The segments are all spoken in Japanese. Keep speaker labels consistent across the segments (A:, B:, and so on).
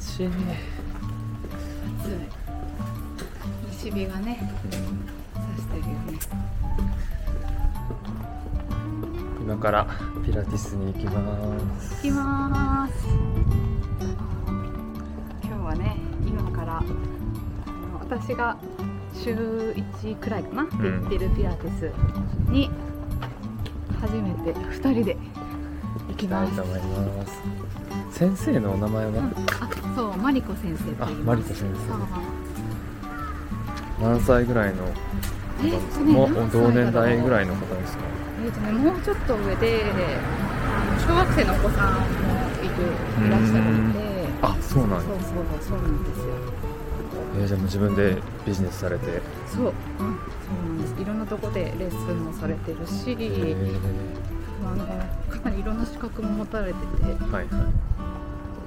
A: しいね
B: 暑い西日がね差してるよね
A: 今からピラティスに行きます
B: 行きまーす今日はね今からあの私が週1くらいかなって言ってるピラティスに初めて2人で行き
A: 行きた
B: ま
A: い
B: す
A: と思います先生のお名前は、
B: うんあそうマリコ先生って言います
A: あマリコ先生
B: そう
A: 何歳ぐらいの
B: え
A: 方
B: っ
A: です
B: と
A: か、
B: ね
A: も
B: 何歳だろ
A: 同
B: う
A: 年代ぐらいの方ですか
B: えーとね、もうちょっと上であの小学生のお子さんもいるいらっしゃるので
A: あそうなん
B: そ
A: で
B: うそうそうなんですよ
A: えーじゃあもう自分でビジネスされてへ
B: そう、うん、そうなんですいろんなとこでレッスンもされてるし、
A: ー
B: あのかなりいろんな資格も持たれてて
A: はいはい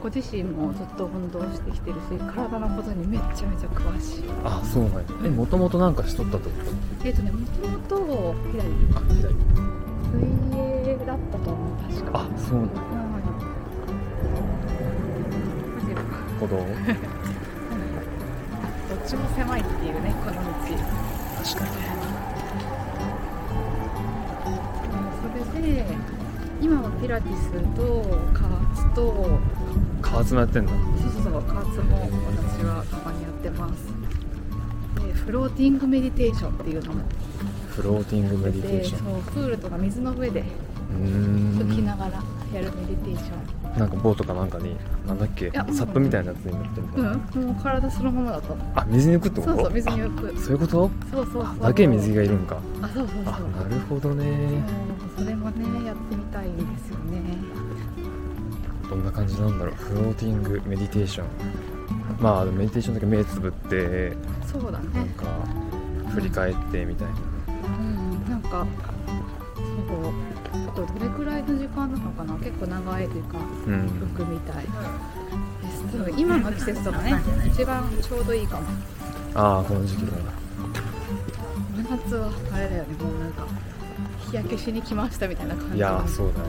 B: ご自身もずっと運動してきてるし体のことにめちゃめちゃ詳しい
A: あそうなんやえもともとなんかしとったってこと
B: えっ、とねもともと左
A: あ左
B: 水泳だったと思う確か
A: あそうなんや
B: うんだけど
A: 歩道
B: どっちも狭いっていうねこの道
A: 確かに
B: それで今はピラティスと加圧と
A: 加圧もやってんだ
B: そうそうそう加圧も私はたまにやってますでフローティングメディテーションっていうのも
A: フローティングメディテー
B: で
A: シ
B: そう
A: ョン
B: プールとか水の上で
A: うーん
B: 浮きながらやるメディテーション
A: なんか棒とかなんかになんだっけ
B: や
A: サップみたいなやつになってるんだ、
B: うんもう体そのままだと
A: あ水に浮くってこ
B: そ
A: と
B: うそう水に浮
A: あ
B: く
A: そういうこと
B: そうそうそう
A: だけ水がいるんか
B: あそうそう
A: あ
B: そう
A: なるほど
B: う
A: ね
B: んそれもねやってみたいんですよね
A: どんな感じなんだろうフローティングメディテーションまあメディテーションだけ目つぶって
B: そうだね
A: なんか振り返ってみたいな
B: うんなんかそうあとどれくらいの時間なのかな結構長い時間
A: うん
B: 服みたいです多分今の季節とかね一番ちょうどいいかも
A: ああこの時期だ
B: 真夏はあれだよねもうなんか日焼けしに来ましたみたいな感じ
A: いやー
B: う
A: そうだね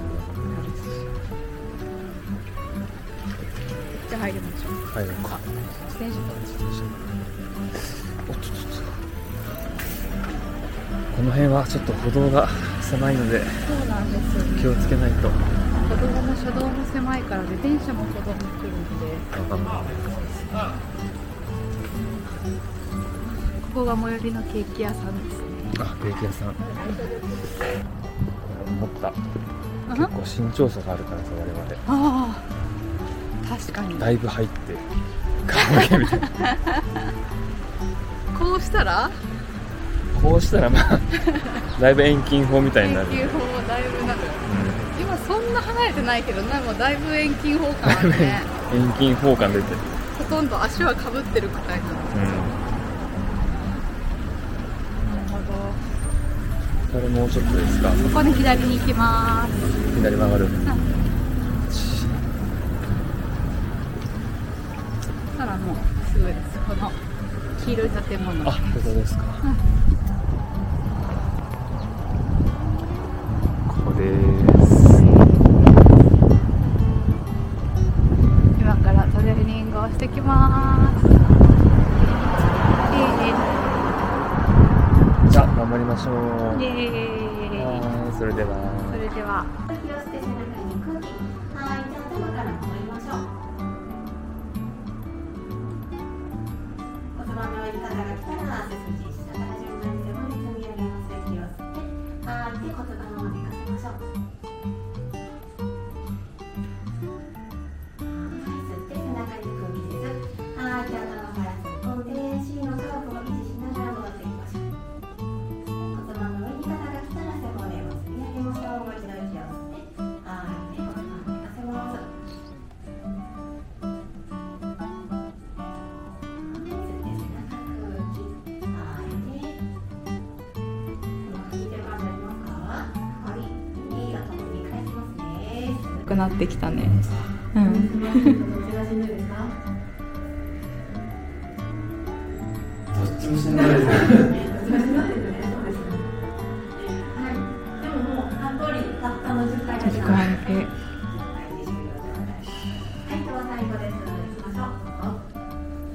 B: じゃあ入りましょう
A: はいなんか
B: あ自転車と
A: おっとっとっとこの辺はちょっと歩道が狭いので
B: そうなんですよね
A: 気をつけないと
B: 歩道も車道も狭いから自転車も歩道も来るんでここが最寄りのケーキ屋さんですね
A: あケーキ屋さん思った
B: あ
A: 結構身長差があるからさ我々
B: あー確かに
A: だいぶ入って 顔だけみたいな
B: こうしたら
A: こうしたらまあだいぶ遠近法みたいになる、
B: 遠近法もだいぶなる
A: う
B: 今そんな離れてないけどなんかもうだいぶ遠近法感あるね
A: ん、遠近法感出てる、
B: ほとんど足はかぶってるくらいなの
A: うん、
B: なるほど
A: これもうちょっとですか
B: ここで左に行きまーす
A: 左曲がる
B: そしたらもうすぐですこの黄色い建物
A: あ本当ですか、ここです
B: 今からトレーニングをしてきまーす
A: じゃあ頑張りましょう
B: イエーイイエーイ
A: はーいそれでは
B: それでは
C: 息をして背中に空気はいじゃあ頭から止まりましょう骨盤の上に肩が来たら背筋下から順番に横に積み上げます息を吸って吐いて骨盤を寝かせましょうはい吸って背中に空気です吐いて頭から突っ込んで芯のカーブを維持しながら戻っていきましょう骨盤の上に肩が来たら背骨を積み上げましょうもう一度息を吸って吐いて骨盤を寝かせます吸って背中空気吐いてうまく聞いてる感じありますかはいいい頭繰り返しますね
B: 良くなってきたねうん
C: どちらしんどいですか
A: どっちもしんどいですね
C: 難しいなってね、そうですね。はい。でももう、半通り、たったの10回だけなので。はい、終了でございますはい、では最後です。行きましょう。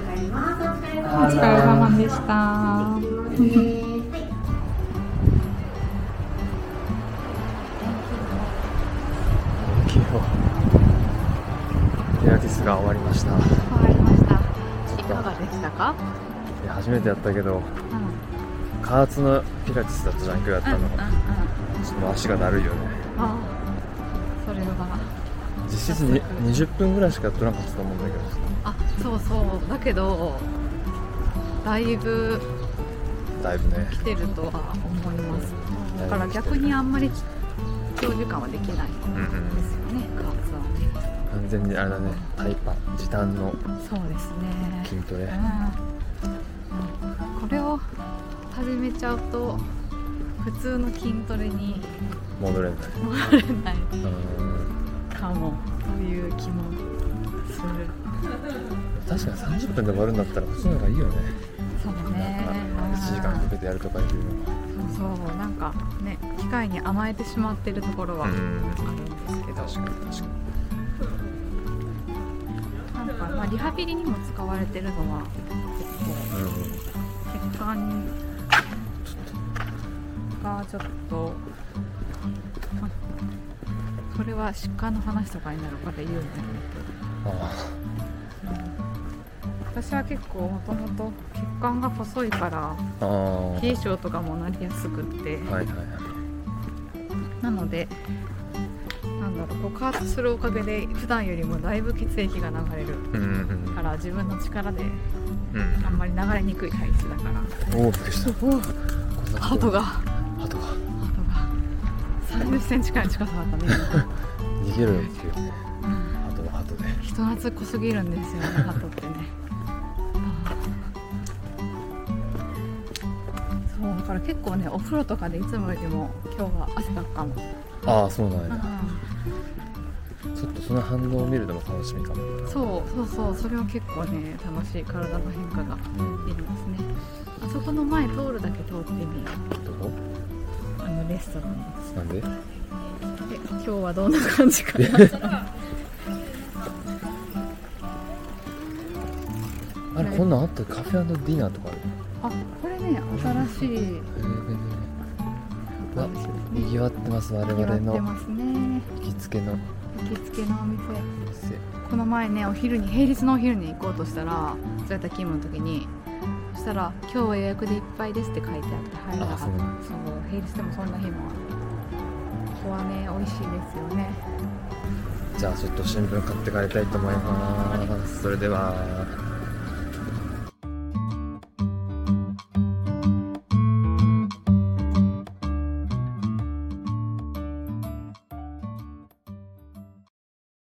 B: 疲れ様でした。
C: はい。
A: 起きようピラティスが終わりました
B: わかりました。
A: ちょ
B: い
A: っと
B: かがでしたか？
A: いや初めてやったけど
B: うん。うんうん
A: 加圧のピラティスだったじゃん今日やったの、
B: うん。あ
A: ちょっともう足がだるいよね
B: あ、それは
A: 実質に20分ぐらいしかやってなかったと思うんだけど
B: あ、そうそうだけど、だいぶ
A: だいぶね
B: 来てるとは思います。
A: だ
B: だ
A: い
B: から
A: ぶ来てる
B: 逆にあんまり長時間はできない
A: うんうん
B: ですよね。加圧はね。
A: 完全にあれだねタイパ時短の
B: そうですね。
A: 筋トレ
B: うんこれを始めちゃうと普通の筋トレに
A: 戻れない
B: 戻れない
A: うん
B: かもという気もする
A: 確かに30分で終わるんだったらこっちの方がいいよね
B: そう
A: なん
B: ね
A: か1時間かけてやるとかいうよりは
B: うんそうそうなんかね機械に甘えてしまってるところはある
A: ん
B: んですけど、
A: 確かに確か
B: なんかまあリハビリにも使われてるのは
A: にうん
B: 結構血管がちょっと、まあそれは疾患の話とかになるから言うんだけど
A: あ
B: 私は結構もともと血管が細いから
A: あああは
B: 冷
A: い
B: え性とかもなりやすくって、
A: はいはい
B: なのでなんだろうこう加圧するおかげで普段よりもだいぶ血液が流れる
A: うんうん
B: から自分の力で
A: う
B: あん
A: ん
B: まり流れにくい体質だから
A: おおびっくりした
B: お
A: こんな
B: ハトがハ
A: ハトが
B: トが3 0センチくらいの近さだったね
A: 逃げろよっていうね
B: うん
A: ハトはハトで
B: 人懐っこすぎるんですよねハトってねあーそうだから結構ねお風呂とかでいつもよりも今日は汗かくかも
A: ああそうなんや
B: う
A: ちょっとその反応を見るのも楽しみかも、
B: んそうそうそうそれは結構ね楽しい体の変化が
A: うん、
B: 出ますねあそこの前通るだけ通ってみる
A: どこ
B: あのレストラン
A: なんで
B: で今日はどんな感じかな
A: あれこんなんあったカフェディナーとかある
B: あこれね新しい
A: へえわにぎわってます我
B: にわ
A: 々
B: って
A: の
B: ますね
A: 行きつけの
B: 行きつけのお店
A: 店
B: この前ねお昼に平日のお昼に行こうとしたらそうやった勤務の時にそしたら「今日は予約でいっぱいです」って書いてあって入らな
A: あそ
B: かった
A: う
B: そう平日でもそんな日もあるここはね美味しいですよね
A: じゃあちょっと新聞買って帰りたいと思いますそれでは